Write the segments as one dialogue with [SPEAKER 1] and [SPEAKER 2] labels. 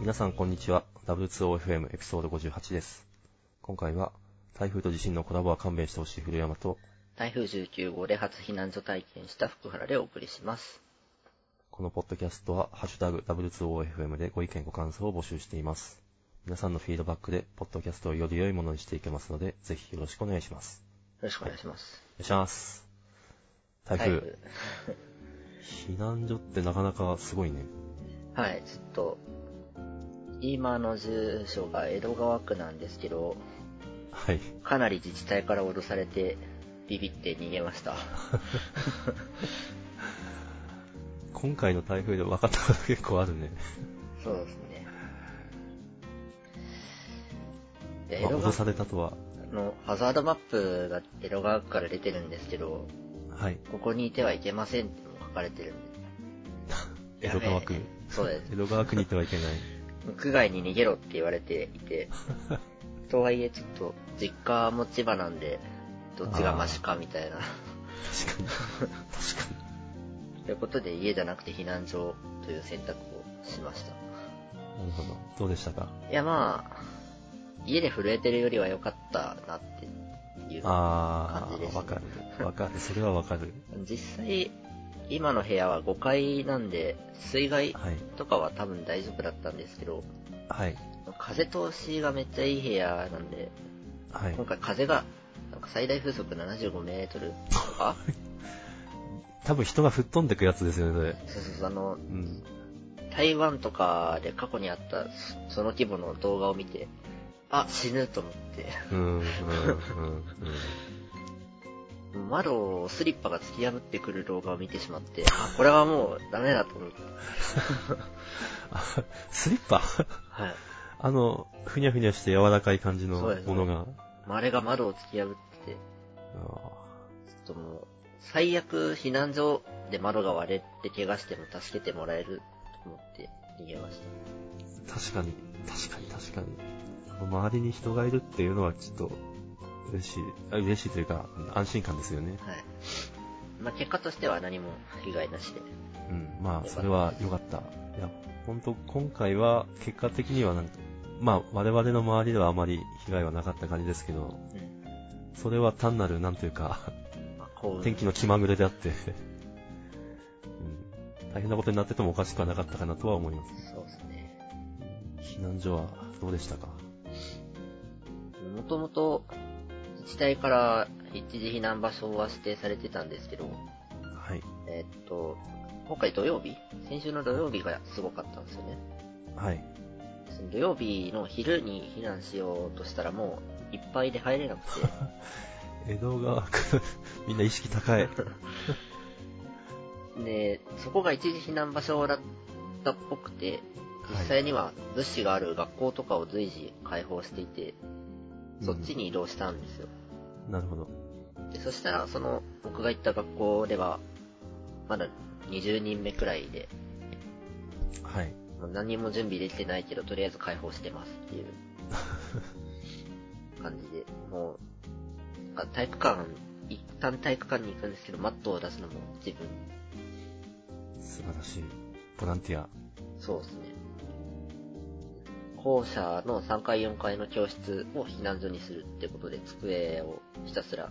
[SPEAKER 1] 皆さんこんにちは。W2OFM エピソード58です。今回は、台風と地震のコラボは勘弁してほしい古山と、
[SPEAKER 2] 台風19号で初避難所体験した福原でお送りします。
[SPEAKER 1] このポッドキャストは、ハッシュタグ W2OFM でご意見ご感想を募集しています。皆さんのフィードバックで、ポッドキャストをより良いものにしていけますので、ぜひよろしくお願いします。
[SPEAKER 2] よろしくお願いします。
[SPEAKER 1] お願いします。台風、避難所ってなかなかすごいね。
[SPEAKER 2] はい、はいちょっと、今の住所が江戸川区なんですけど、
[SPEAKER 1] はい。
[SPEAKER 2] かなり自治体から脅されて、ビビって逃げ ました。
[SPEAKER 1] 今回の台風で分かったこと結構あるね。
[SPEAKER 2] そうですね。
[SPEAKER 1] ま
[SPEAKER 2] で江
[SPEAKER 1] あ、
[SPEAKER 2] 戸
[SPEAKER 1] 脅
[SPEAKER 2] 川
[SPEAKER 1] さ
[SPEAKER 2] 区
[SPEAKER 1] れたとは、
[SPEAKER 2] のハザードマップが江戸川区から出てるんですけど、
[SPEAKER 1] はい。
[SPEAKER 2] ここにいてはいけませんっても書かれてるんで。
[SPEAKER 1] 江戸川区
[SPEAKER 2] やべえ。そうです。
[SPEAKER 1] 江戸川区に行ってはいけない。
[SPEAKER 2] 区外に逃げろって言われて いて、とはいえちょっと実家持ち場なんで、どっちがマシかみたいな。
[SPEAKER 1] 確かに。確かに。
[SPEAKER 2] ということで家じゃなくて避難所という選択をしました。
[SPEAKER 1] なるほど。どうでしたか
[SPEAKER 2] いやまあ、家で震えてるよりは良かったなっていう。
[SPEAKER 1] あ
[SPEAKER 2] 感じで
[SPEAKER 1] ー、
[SPEAKER 2] すね
[SPEAKER 1] わかる。わかる。それはわかる。
[SPEAKER 2] 実際、今の部屋は5階なんで、水害
[SPEAKER 1] はい。
[SPEAKER 2] とかは多分大丈夫だったんですけど、
[SPEAKER 1] はい。
[SPEAKER 2] 風通しがめっちゃいい部屋なんで、
[SPEAKER 1] はい
[SPEAKER 2] 今。回風が、なんか最大風速75メートルと か
[SPEAKER 1] 多分人が吹っ飛んでくやつですよね、それ。
[SPEAKER 2] そうそうそう、あ
[SPEAKER 1] う
[SPEAKER 2] の、
[SPEAKER 1] ん。
[SPEAKER 2] 台湾とかで過去にあった、そその規模の動画を見て、あ、死ぬと思って、
[SPEAKER 1] うん。うん。うん。
[SPEAKER 2] 窓をスリッパが突き破ってくる動画を見てしまって、あ、これはもうダメだと思って、
[SPEAKER 1] あスリッパ
[SPEAKER 2] はい。
[SPEAKER 1] あの、ふにゃふにゃして柔らかい感じの
[SPEAKER 2] そうです
[SPEAKER 1] ものが。
[SPEAKER 2] まああれが窓を突き破ってて、ちょっともう、最悪避難所で窓が割れて怪我しても助けてもらえると思って逃げました。
[SPEAKER 1] あー確かに。確かに、確かに。周りに人がいるっていうのはちょっと、嬉しい。あ嬉しいというか、安心感ですよね。
[SPEAKER 2] はい。まあ、結果としては何も被害なしで。
[SPEAKER 1] うん、まあ、それは良かった。いや、ほんと、今回は、結果的にはなんか、まあ、我々の周りではあまり被害はなかった感じですけど、
[SPEAKER 2] うん。
[SPEAKER 1] それは単なる、なんというか、
[SPEAKER 2] まあ、幸運。
[SPEAKER 1] 天気の気まぐれであって、 うん、大変なことになっててもおかしくはなかったかなとは思います。
[SPEAKER 2] そうですね。
[SPEAKER 1] 避難所はどうでしたか
[SPEAKER 2] もともと自治体から一時避難場所は指定されてたんですけど、
[SPEAKER 1] はい。
[SPEAKER 2] えーっと、今回土曜日先週の土曜日がすごかったんですよね。
[SPEAKER 1] はい。
[SPEAKER 2] その土曜日の昼に避難しようとしたらもういっぱいで入れな くて、
[SPEAKER 1] 江戸川区、 みんな意識高い。
[SPEAKER 2] で、そこが一時避難場所だったっぽくて、実際には物資がある学校とかを随時開放していて、そっちに移動したんですよ。
[SPEAKER 1] なるほど。
[SPEAKER 2] でそしたら、その、僕が行った学校では、まだ20人目くらいで、
[SPEAKER 1] はい。
[SPEAKER 2] もう何も準備できてないけど、とりあえず解放してますっていう感じで、もう、なんか体育館、一旦体育館に行くんですけど、マットを出すのも自分、
[SPEAKER 1] 素晴らしい。ボランティア。
[SPEAKER 2] そうですね。校舎の3階4階の教室を避難所にするってことで、机をひたすら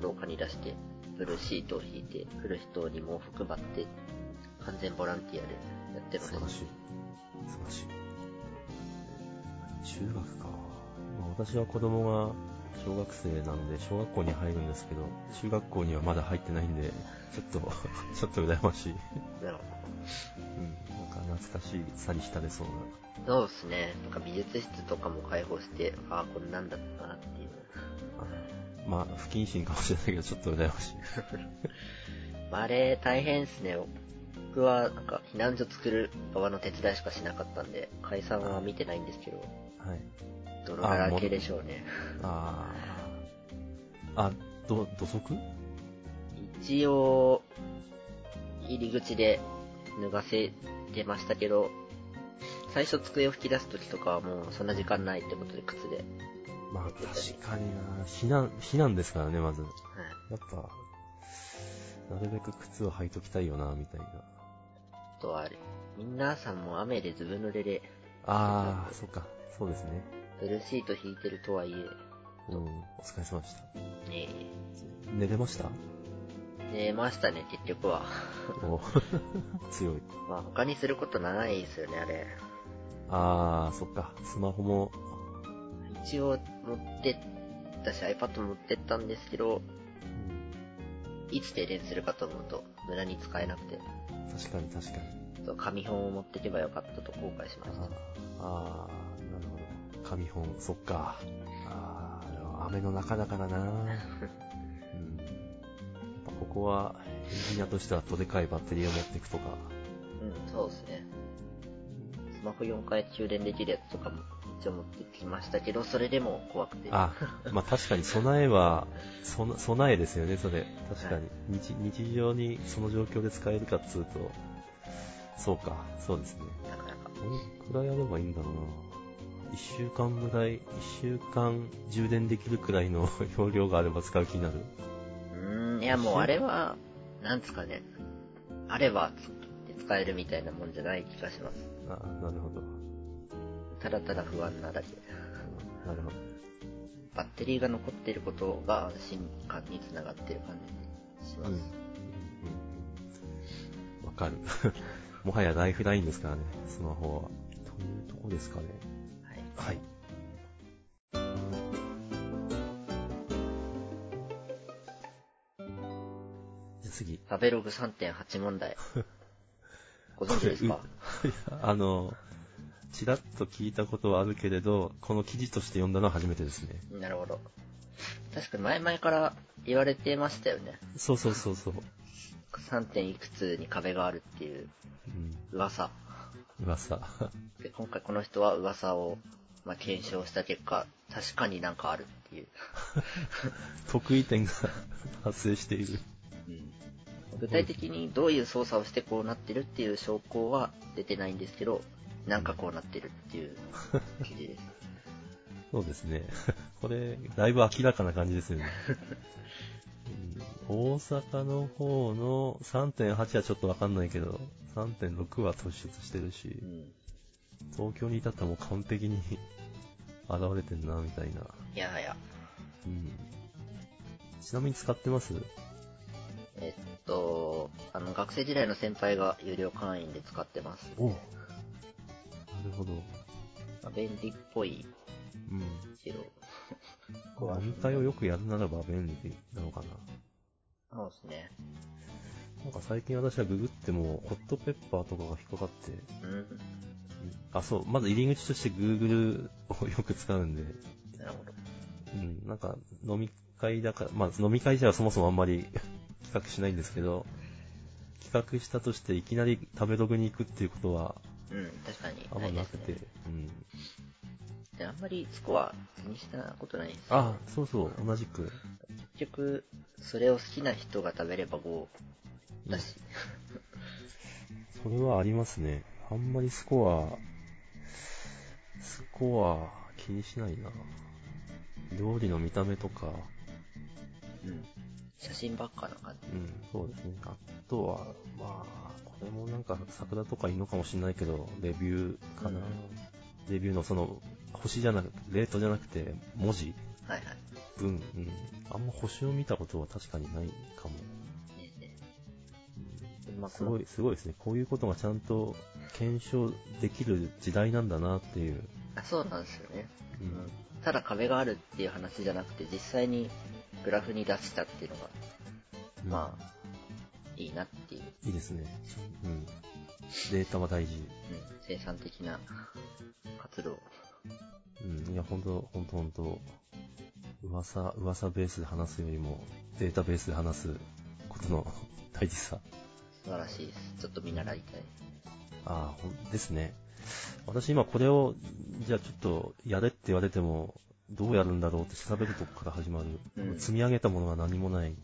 [SPEAKER 2] 廊下に出して、ブルーシートを引いて、来る人に毛布配って、完全ボランティアでやってま
[SPEAKER 1] 素
[SPEAKER 2] し
[SPEAKER 1] 晴
[SPEAKER 2] た
[SPEAKER 1] ら。しい。素晴らしい。中学か。まあ私は子供が小学生なんで、小学校に入るんですけど、中学校にはまだ入ってないんで、ちょっと、 ちょっと羨ましい。
[SPEAKER 2] なるほ
[SPEAKER 1] うん。なんか懐かしい、さり浸れそうな。
[SPEAKER 2] どそうですね。なんか美術室とかも開放して、ああ、こんなんだったなっていう。
[SPEAKER 1] あまあ、不謹慎かもしれないけど、ちょっと羨ましい。
[SPEAKER 2] あれ、大変っすね。僕は、なんか、避難所作る側の手伝いしかしなかったんで、解散は見てないんですけど、
[SPEAKER 1] はい。
[SPEAKER 2] 泥だらけでしょうね。
[SPEAKER 1] あー。あ、ど、土足
[SPEAKER 2] 一応、入り口で脱がせてましたけど、最初机を引き出す時とかはもうそんな時間ないってことで靴で。はい。
[SPEAKER 1] まあ、確かにな避難、避難ですからね、まず。やっぱ、なるべく靴を履いときたいよな、みたいな。
[SPEAKER 2] あとはあれ、みんなさんも雨でずぶ濡れで、
[SPEAKER 1] あー、そっか。そうですね。
[SPEAKER 2] ブルーシート引いてるとはいえ、
[SPEAKER 1] うん。お疲れ様でした。
[SPEAKER 2] ね
[SPEAKER 1] 寝れました
[SPEAKER 2] え、寝ましたね、結局は。
[SPEAKER 1] お 強い。
[SPEAKER 2] まあ他にすることないですよね、あれ。
[SPEAKER 1] あー、そっか。スマホも、
[SPEAKER 2] 一応持ってったし iPad も持ってったんですけど、
[SPEAKER 1] うん、
[SPEAKER 2] いつ停電するかと思うと無駄に使えなくて、
[SPEAKER 1] 確かに確かに。
[SPEAKER 2] ちょっと紙本を持ってけばよかったと後悔しました
[SPEAKER 1] あ。ー、あーなるほど。紙本、そっか。あー、でも雨の中だから な。うん。やっぱここは、エンジニアとしてはどでかいバッテリーを持っていくとか。
[SPEAKER 2] うん、そうですね。スマホ4回充電できるやつとかも一応持ってきましたけど、それでも怖くて。
[SPEAKER 1] あ、まあ確かに備えは、そな備えですよね、それ。確か
[SPEAKER 2] は
[SPEAKER 1] に
[SPEAKER 2] い。
[SPEAKER 1] 日日常にその状況で使えるかっつうと、そうか、そうですね。
[SPEAKER 2] なかなか。
[SPEAKER 1] どんくらいあればいいんだろうな。一週間ぐらい、一週間充電できるくらいの 容量があれば使う気になる。
[SPEAKER 2] うーん、いやもうあれは、なんですかね。あればつ使えるみたいなもんじゃない気がします。
[SPEAKER 1] あなるほど。
[SPEAKER 2] ただただ不安なだけ。
[SPEAKER 1] なるほど。
[SPEAKER 2] バッテリーが残ってることが安心感につながってる感じしま
[SPEAKER 1] うん。うん
[SPEAKER 2] す。
[SPEAKER 1] うんわかる。 もはやライフラインですからね、スマホは。というとこですかね。
[SPEAKER 2] はい。
[SPEAKER 1] はい。じゃあ次。
[SPEAKER 2] 食べログ3.8問題。ご存知ですか
[SPEAKER 1] いや あの、ちらっと聞いたことはあるけれど、この記事として読んだのは初めてですね。
[SPEAKER 2] なるほど。確か前々から言われてましたよね。
[SPEAKER 1] そうそうそうそう。
[SPEAKER 2] 3. 点いくつに壁があるっていう
[SPEAKER 1] うん、
[SPEAKER 2] 噂。
[SPEAKER 1] 噂。
[SPEAKER 2] で、今回この人は噂を、まあ、検証した結果、確かになんかあるっていう。
[SPEAKER 1] 得意点が発生している。
[SPEAKER 2] 具体的にどういう操作をしてこうなってるっていう証拠は出てないんですけど、なんかこうなってるって いう記事です。
[SPEAKER 1] そうですね。 これ、だいぶ明らかな感じですよね。うん大阪の方の3.8はちょっとわかんないけど、3.6は突出してるし
[SPEAKER 2] う、ん
[SPEAKER 1] 東京に至ったらもう完璧に現れてんな、みたいな。
[SPEAKER 2] いやはや。
[SPEAKER 1] うん。ちなみに使ってます
[SPEAKER 2] えっと、あの、学生時代の先輩が有料会員で使ってます。
[SPEAKER 1] おなるほど。
[SPEAKER 2] 便利っぽい
[SPEAKER 1] うん。
[SPEAKER 2] けど、
[SPEAKER 1] これ、飲み会をよくやるならば便利なのかな。
[SPEAKER 2] そうですね。
[SPEAKER 1] なんか最近私はググっても、ホットペッパーとかが引っかかって、
[SPEAKER 2] うん。
[SPEAKER 1] あ、そう、まず入り口として Google をよく使うんで、
[SPEAKER 2] なるほど。
[SPEAKER 1] うん、なんか飲み会だから、まあ飲み会じゃそもそもあんまり 企画しないんですけど、企画したとしていきなり食べログに行くっていうことは
[SPEAKER 2] うん、確かに。
[SPEAKER 1] あんま
[SPEAKER 2] ないで
[SPEAKER 1] な
[SPEAKER 2] す
[SPEAKER 1] く
[SPEAKER 2] ね
[SPEAKER 1] て、うん。
[SPEAKER 2] であんまりスコア気にしたことないです。
[SPEAKER 1] あ、そうそう、同じく。
[SPEAKER 2] 結局、それを好きな人が食べれば5だし、
[SPEAKER 1] それはありますね。あんまりスコア、スコア気にしないな。料理の見た目とか、
[SPEAKER 2] うん。写真ばっかな感じ。
[SPEAKER 1] うん、そうですね。あとは、まあ、これもなんか桜とかいいのかもしれないけど、レビューかな。
[SPEAKER 2] うん
[SPEAKER 1] レビューのその、星じゃなくて、レートじゃなくて、文字
[SPEAKER 2] はいはい。
[SPEAKER 1] 文、うん。あんま星を見たことは確かにないかも。
[SPEAKER 2] ねえね
[SPEAKER 1] うん
[SPEAKER 2] えまあ、
[SPEAKER 1] す
[SPEAKER 2] この
[SPEAKER 1] ごい、すごいですね。こういうことがちゃんと検証できる時代なんだなっていう。
[SPEAKER 2] あ、そうなんですよね。
[SPEAKER 1] う
[SPEAKER 2] うんん。ただ壁があるっていう話じゃなくて、実際にグラフに出したっていうのが、まあ、いいなっていう。
[SPEAKER 1] いいですね。うん。データは大事。
[SPEAKER 2] うん。生産的な活動。
[SPEAKER 1] うん。いや、ほんと、ほんとほんと、噂、噂ベースで話すよりも、データベースで話すことの大事さ。
[SPEAKER 2] 素晴らしいです。ちょっと見習いたい。
[SPEAKER 1] ああ、ほんですね。私今これを、じゃあちょっと、やれって言われても、どうやるんだろうって調べるとこから始まる。
[SPEAKER 2] うん
[SPEAKER 1] 積み上げたものが何もない。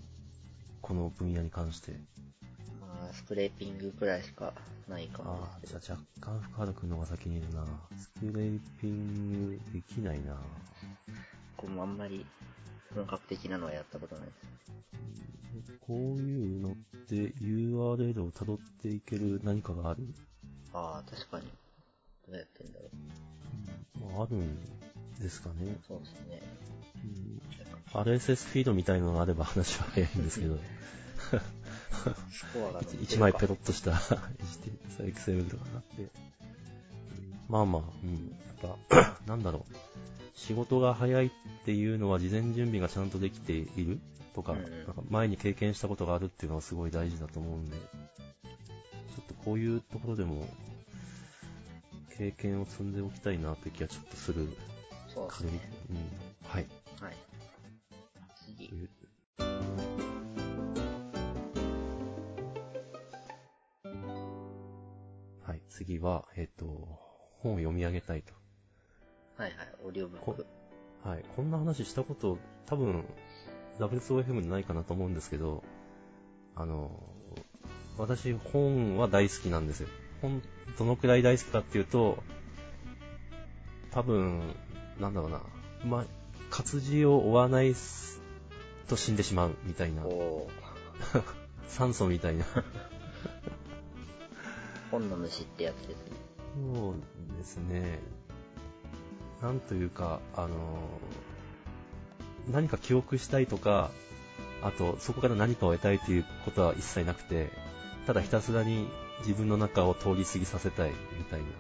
[SPEAKER 1] この分野に関して。
[SPEAKER 2] まあ、スクレーピングくらいしかないかも
[SPEAKER 1] ああ、じゃあ若干深原くんの方が先にいるな。スクレーピングできないな。
[SPEAKER 2] 僕もあんまり本格的なのはやったことないです。
[SPEAKER 1] こういうのって URL を辿っていける何かがある
[SPEAKER 2] ああ、確かに。どうやってんだろう。
[SPEAKER 1] うんまあ、あるんですかね。
[SPEAKER 2] そうですね。
[SPEAKER 1] うん、RSS フィードみたいのがあれば話は早いんですけど、
[SPEAKER 2] スコアが載ってるか
[SPEAKER 1] 1枚ペロッとした HTXL とかなって、うんまあまあ、うん、やっぱ、 なんだろう、仕事が早いっていうのは事前準備がちゃんとできているとか、
[SPEAKER 2] うんうん
[SPEAKER 1] なんか前に経験したことがあるっていうのはすごい大事だと思うんで、ちょっとこういうところでも、経験を積んでおきたいなという気はちょっとする。
[SPEAKER 2] そうです
[SPEAKER 1] 軽い
[SPEAKER 2] ね。
[SPEAKER 1] うん、はい。
[SPEAKER 2] はい。次
[SPEAKER 1] と。いうはい、次は、えっ、と、本を読み上げたいと。
[SPEAKER 2] はいはい。オーディオブック。
[SPEAKER 1] はい、こんな話したこと、多分、WSOFM でないかなと思うんですけど、あの、私、本は大好きなんですよ。本、どのくらい大好きかっていうと、多分、なんだろうな、ま、活字を追わないすと死んでしまうみたいな、
[SPEAKER 2] おー
[SPEAKER 1] 酸素みたいな。
[SPEAKER 2] 本の虫ってやつですね。
[SPEAKER 1] そうですね。なんというか、あの、何か記憶したいとか、あと、そこから何かを得たいということは一切なくて、ただひたすらに自分の中を通り過ぎさせたいみたいな。
[SPEAKER 2] も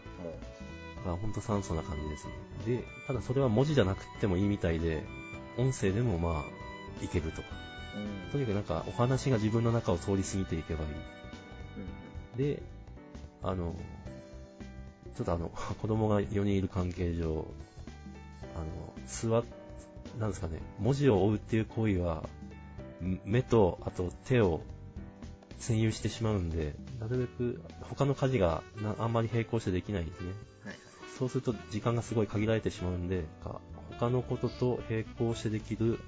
[SPEAKER 2] う。
[SPEAKER 1] まあ、ほんと酸素な感じですね。で、ただそれは文字じゃなくてもいいみたいで、音声でもまあ、いけると。
[SPEAKER 2] うん。
[SPEAKER 1] とにかくなんか、お話が自分の中を通り過ぎていけばいい。で、あの、ちょっとあの、 子供が4人いる関係上、あの、座っ、なんですかね、文字を追うっていう行為は、ん目と、あと手を占有してしまうんで、なるべく他の家事がなあんまり並行してできないんですね。
[SPEAKER 2] はいはい。
[SPEAKER 1] そうすると時間がすごい限られてしまうんで、か他のことと並行してできる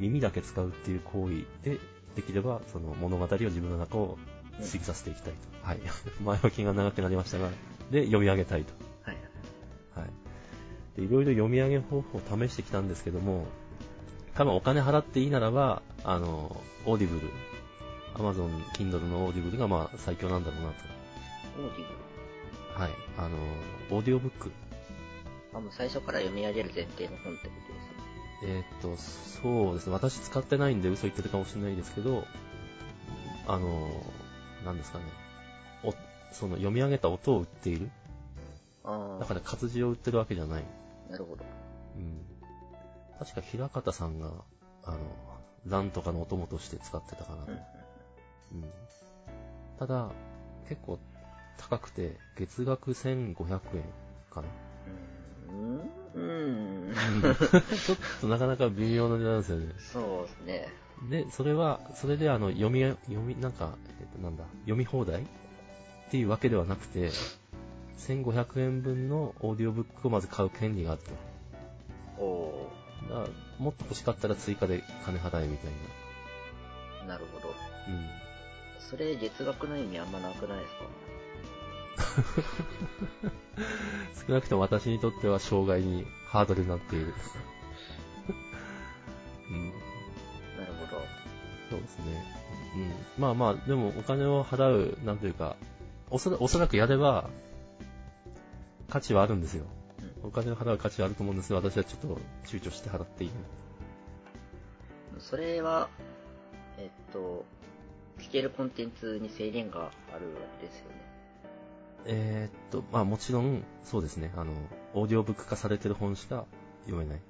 [SPEAKER 1] 耳だけ使うっていう行為で、できればその物語を自分の中を過ぎさせていきたいと。はい。 前置きが長くなりましたが、で、読み上げたいと。
[SPEAKER 2] はいはい。
[SPEAKER 1] はい。で、いろいろ読み上げ方法を試してきたんですけども、多分お金払っていいならば、あの、オーディブル、Amazon Kindle のオーディブルがまあ最強なんだろうなと。
[SPEAKER 2] オーディ
[SPEAKER 1] はい。あの、オーディオブック。
[SPEAKER 2] ブ。あ、もう最初から読み上げる前提の本ってことですね。
[SPEAKER 1] えーっと、そうですね。私使ってないんで嘘言ってるかもしれないですけど、あの、なんですかね。おその読み上げた音を売っている。
[SPEAKER 2] あ
[SPEAKER 1] だから活字を売ってるわけじゃない。
[SPEAKER 2] あ。なるほど。
[SPEAKER 1] うん。確か平方さんが、あの、なんとかのお供として使ってたかな
[SPEAKER 2] う
[SPEAKER 1] と。
[SPEAKER 2] ん。
[SPEAKER 1] うん。ただ、結構高くて、月額1500円かな。
[SPEAKER 2] うん。うん。
[SPEAKER 1] ちょっとなかなか微妙な値段ですよね。
[SPEAKER 2] そうですね。
[SPEAKER 1] で、それは、それであの、読み、読み、なんか、えっと、なんだ、読み放題っていうわけではなくて、1500円分のオーディオブックをまず買う権利があると。
[SPEAKER 2] お
[SPEAKER 1] だからもっと欲しかったら追加で金払えみたい
[SPEAKER 2] ー。なるほど。
[SPEAKER 1] な。うん。
[SPEAKER 2] それ、月額の意味あんまなくないですか
[SPEAKER 1] 少なくとも私にとっては障害にハードルになっている。 うん。
[SPEAKER 2] なるほど。
[SPEAKER 1] そうですね。うん。まあまあ、でもお金を払う、なんというか、おそらおそらくやれば、価値はあるんですよ。お金を払う価値はあると思うんですが、私はちょっと躊躇して払っている。
[SPEAKER 2] それは、えっと、聞けるコンテンツに制限があるわけですよね。
[SPEAKER 1] えーっと、まあもちろん、そうですね。あの、オーディオブック化されてる本しか読めない。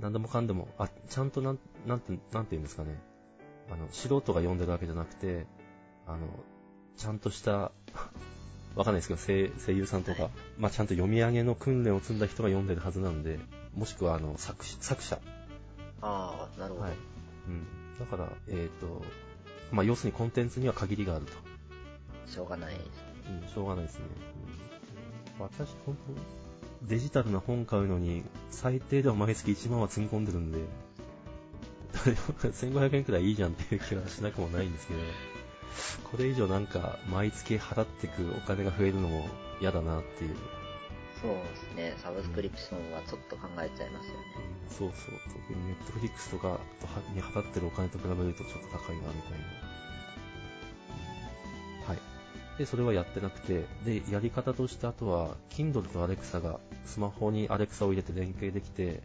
[SPEAKER 1] 何でもかんでも、あ、ちゃんとなん、なんて、なんて言うんですかね。あの、素人が読んでるわけじゃなくて、あの、ちゃんとした、 わかんないですけど、声声優さんとか、まあちゃんと読み上げの訓練を積んだ人が読んでるはずなんで、もしくはあの、作詞作者。
[SPEAKER 2] うん。ああ、なるほど。
[SPEAKER 1] はい。うん。だから、えーっ、と、まあ要するにコンテンツには限りがあると。
[SPEAKER 2] しょうがないですね。
[SPEAKER 1] うん、しょうがないですね。うん、私、本当デジタルな本買うのに、最低でも毎月1万は積み込んでる んで、1500円くらいいいじゃんっていう気はしなくもないんですけど、これ以上なんか、毎月払ってくお金が増えるのも嫌だなっていう。うん
[SPEAKER 2] そうですね。サブスクリプションはちょっと考えちゃいますよね。
[SPEAKER 1] そうそう。特にネットフリックスとかとはに払ってるお金と比べるとちょっと高いな、みたいな。はい。で、それはやってなくて、で、やり方としてあとは、Kindle と Alexa が、スマホに Alexa を入れて連携できて、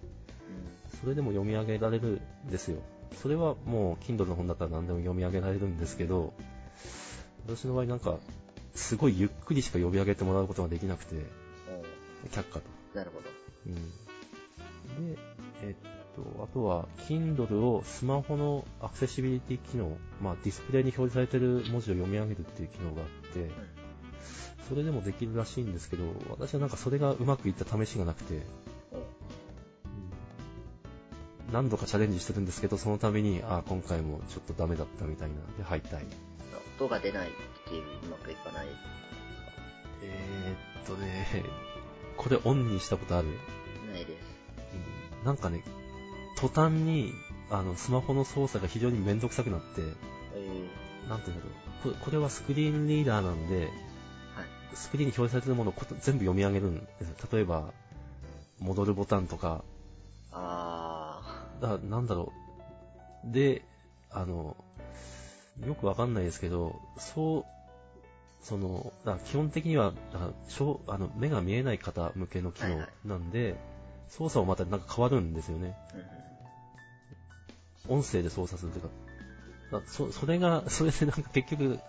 [SPEAKER 1] それでも読み上げられるんですよ。それはもう Kindle の本だったら何でも読み上げられるんですけど、私の場合なんか、すごいゆっくりしか読み上げてもらうことができなくて、
[SPEAKER 2] うん。
[SPEAKER 1] 却下と。
[SPEAKER 2] なるほど。
[SPEAKER 1] うん。で、えっと、あとは、Kindle をスマホのアクセシビリティ機能、まあディスプレイに表示されてる文字を読み上げるっていう機能があって、それでもできるらしいんですけど、私はなんかそれがうまくいった試しがなくて、
[SPEAKER 2] うん。うん。
[SPEAKER 1] 何度かチャレンジしてるんですけど、その度に、ああ、今回もちょっとダメだったみたいな、で、敗退。
[SPEAKER 2] 音が出ないっていう、うまくいかない。
[SPEAKER 1] えー、っとね、これオンにしたことある、
[SPEAKER 2] ないです。
[SPEAKER 1] うんなんかね、途端に、あの、スマホの操作が非常にめんどくさくなって、
[SPEAKER 2] えー、
[SPEAKER 1] なんていうんだろう。ここれはスクリーンリーダーなんで、
[SPEAKER 2] はい。
[SPEAKER 1] スクリーンに表示されてるものをこと全部読み上げるんですよ。例えば、戻るボタンとか、
[SPEAKER 2] あ
[SPEAKER 1] だからなんだろう。で、あの、よくわかんないですけど、そう、その、だから基本的には、だからしょうあの目が見えない方向けの機
[SPEAKER 2] はい
[SPEAKER 1] 能
[SPEAKER 2] はい
[SPEAKER 1] なんで、操作もまたなんか変わるんですよね。
[SPEAKER 2] ー。うんうん。
[SPEAKER 1] 音声で操作するというか。だからそ、それが、それでなんか結局、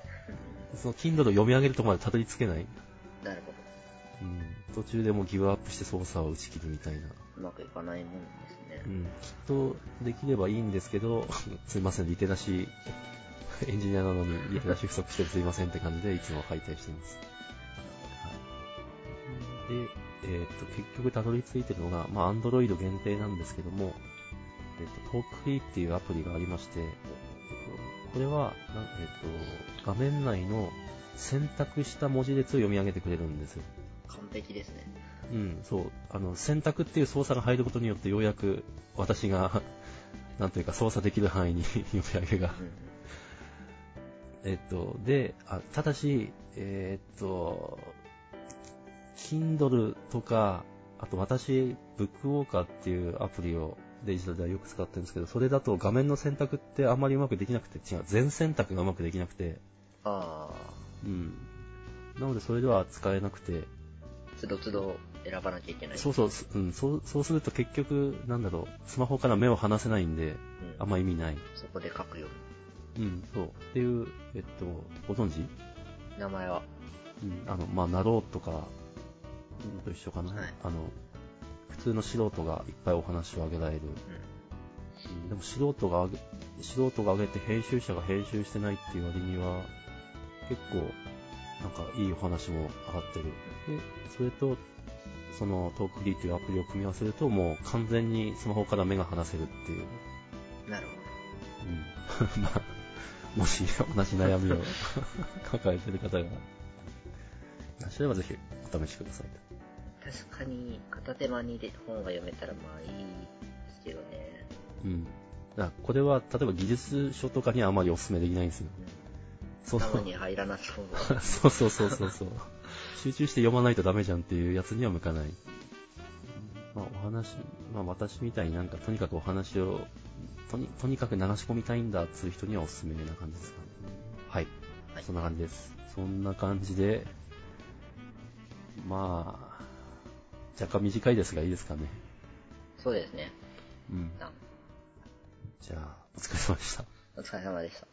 [SPEAKER 1] その Kindle を読み上げるとこまでたどり着けない。
[SPEAKER 2] なるほど。
[SPEAKER 1] うん。途中でもうギブアップして操作を打ち切るみたいな。
[SPEAKER 2] うまくいかないもんですね
[SPEAKER 1] う。ん、きっとできればいいんですけど、 すいません、リテラシー、 エンジニアなのにリテラシー不足してすいませんって感じでいつも敗退しています。で、えーっと、結局たどり着いてるのが、まあ、Android 限定なんですけども、えーっと、トークフリーっていうアプリがありまして、えーっとこれは、なんえーっと、画面内の選択した文字列を読み上げてくれるんですよ。
[SPEAKER 2] 完璧ですね。
[SPEAKER 1] うん、そう。あの、選択っていう操作が入ることによって、ようやく私が、 なんというか操作できる範囲に 読み上げが。
[SPEAKER 2] うんうん。
[SPEAKER 1] えっと、で、あただし、えーっと、Kindle とか、あと私、ブックウォーカーっていうアプリをデジタルではよく使ってるんですけど、それだと画面の選択ってあんまりうまくできなくて、違う、全選択がうまくできなくて、
[SPEAKER 2] あ
[SPEAKER 1] うん。なのでそれでは使えなくて、
[SPEAKER 2] ー。つどつど選ばなきゃいけない。
[SPEAKER 1] そうそう、すうん、そう、そうすると結局、なんだろう、スマホから目を離せないんで、
[SPEAKER 2] うん
[SPEAKER 1] あんま意味ない。
[SPEAKER 2] そこで書くよ。
[SPEAKER 1] うん、そう。っていう、えっと、ご存知
[SPEAKER 2] 名前は。
[SPEAKER 1] うん、あの、まあ、なろうとか、うんと一緒かな、
[SPEAKER 2] はい
[SPEAKER 1] あの、普通の素人がいっぱいお話をあげられる。
[SPEAKER 2] うん。
[SPEAKER 1] でも素人があげ、素人が上げて編集者が編集してないっていう割には、結構、なんかいいお話も上がってる。で、それと、そのトークフリーというアプリを組み合わせると、もう完全にスマホから目が離せるっていう。
[SPEAKER 2] なるほ
[SPEAKER 1] うん。 まあ、もし同じ悩みを 抱えてる方が、いらっしゃればぜひお試しください
[SPEAKER 2] ど。確かに、片手間にで本が読めたらまあいいですけどね。
[SPEAKER 1] と。うん。だからこれは、例えば技術書とかにはあまりお勧めできないんですよ。その
[SPEAKER 2] 頭に入らなそ う。
[SPEAKER 1] そうそうそうそうそう。集中して読まないとダメじゃんっていうやつには向かない。まあ、お話、まあ私みたいになんかとにかくお話を、とにとにかく流し込みたいんだっつう人にはおすすめな感じですかね。はい。
[SPEAKER 2] はい
[SPEAKER 1] そんな感じです。そんな感じで、まあ、若干短いですがいいですかね。
[SPEAKER 2] そうですね。
[SPEAKER 1] うん。
[SPEAKER 2] な
[SPEAKER 1] じゃあ、お疲れ様でした。
[SPEAKER 2] お疲れ様でした。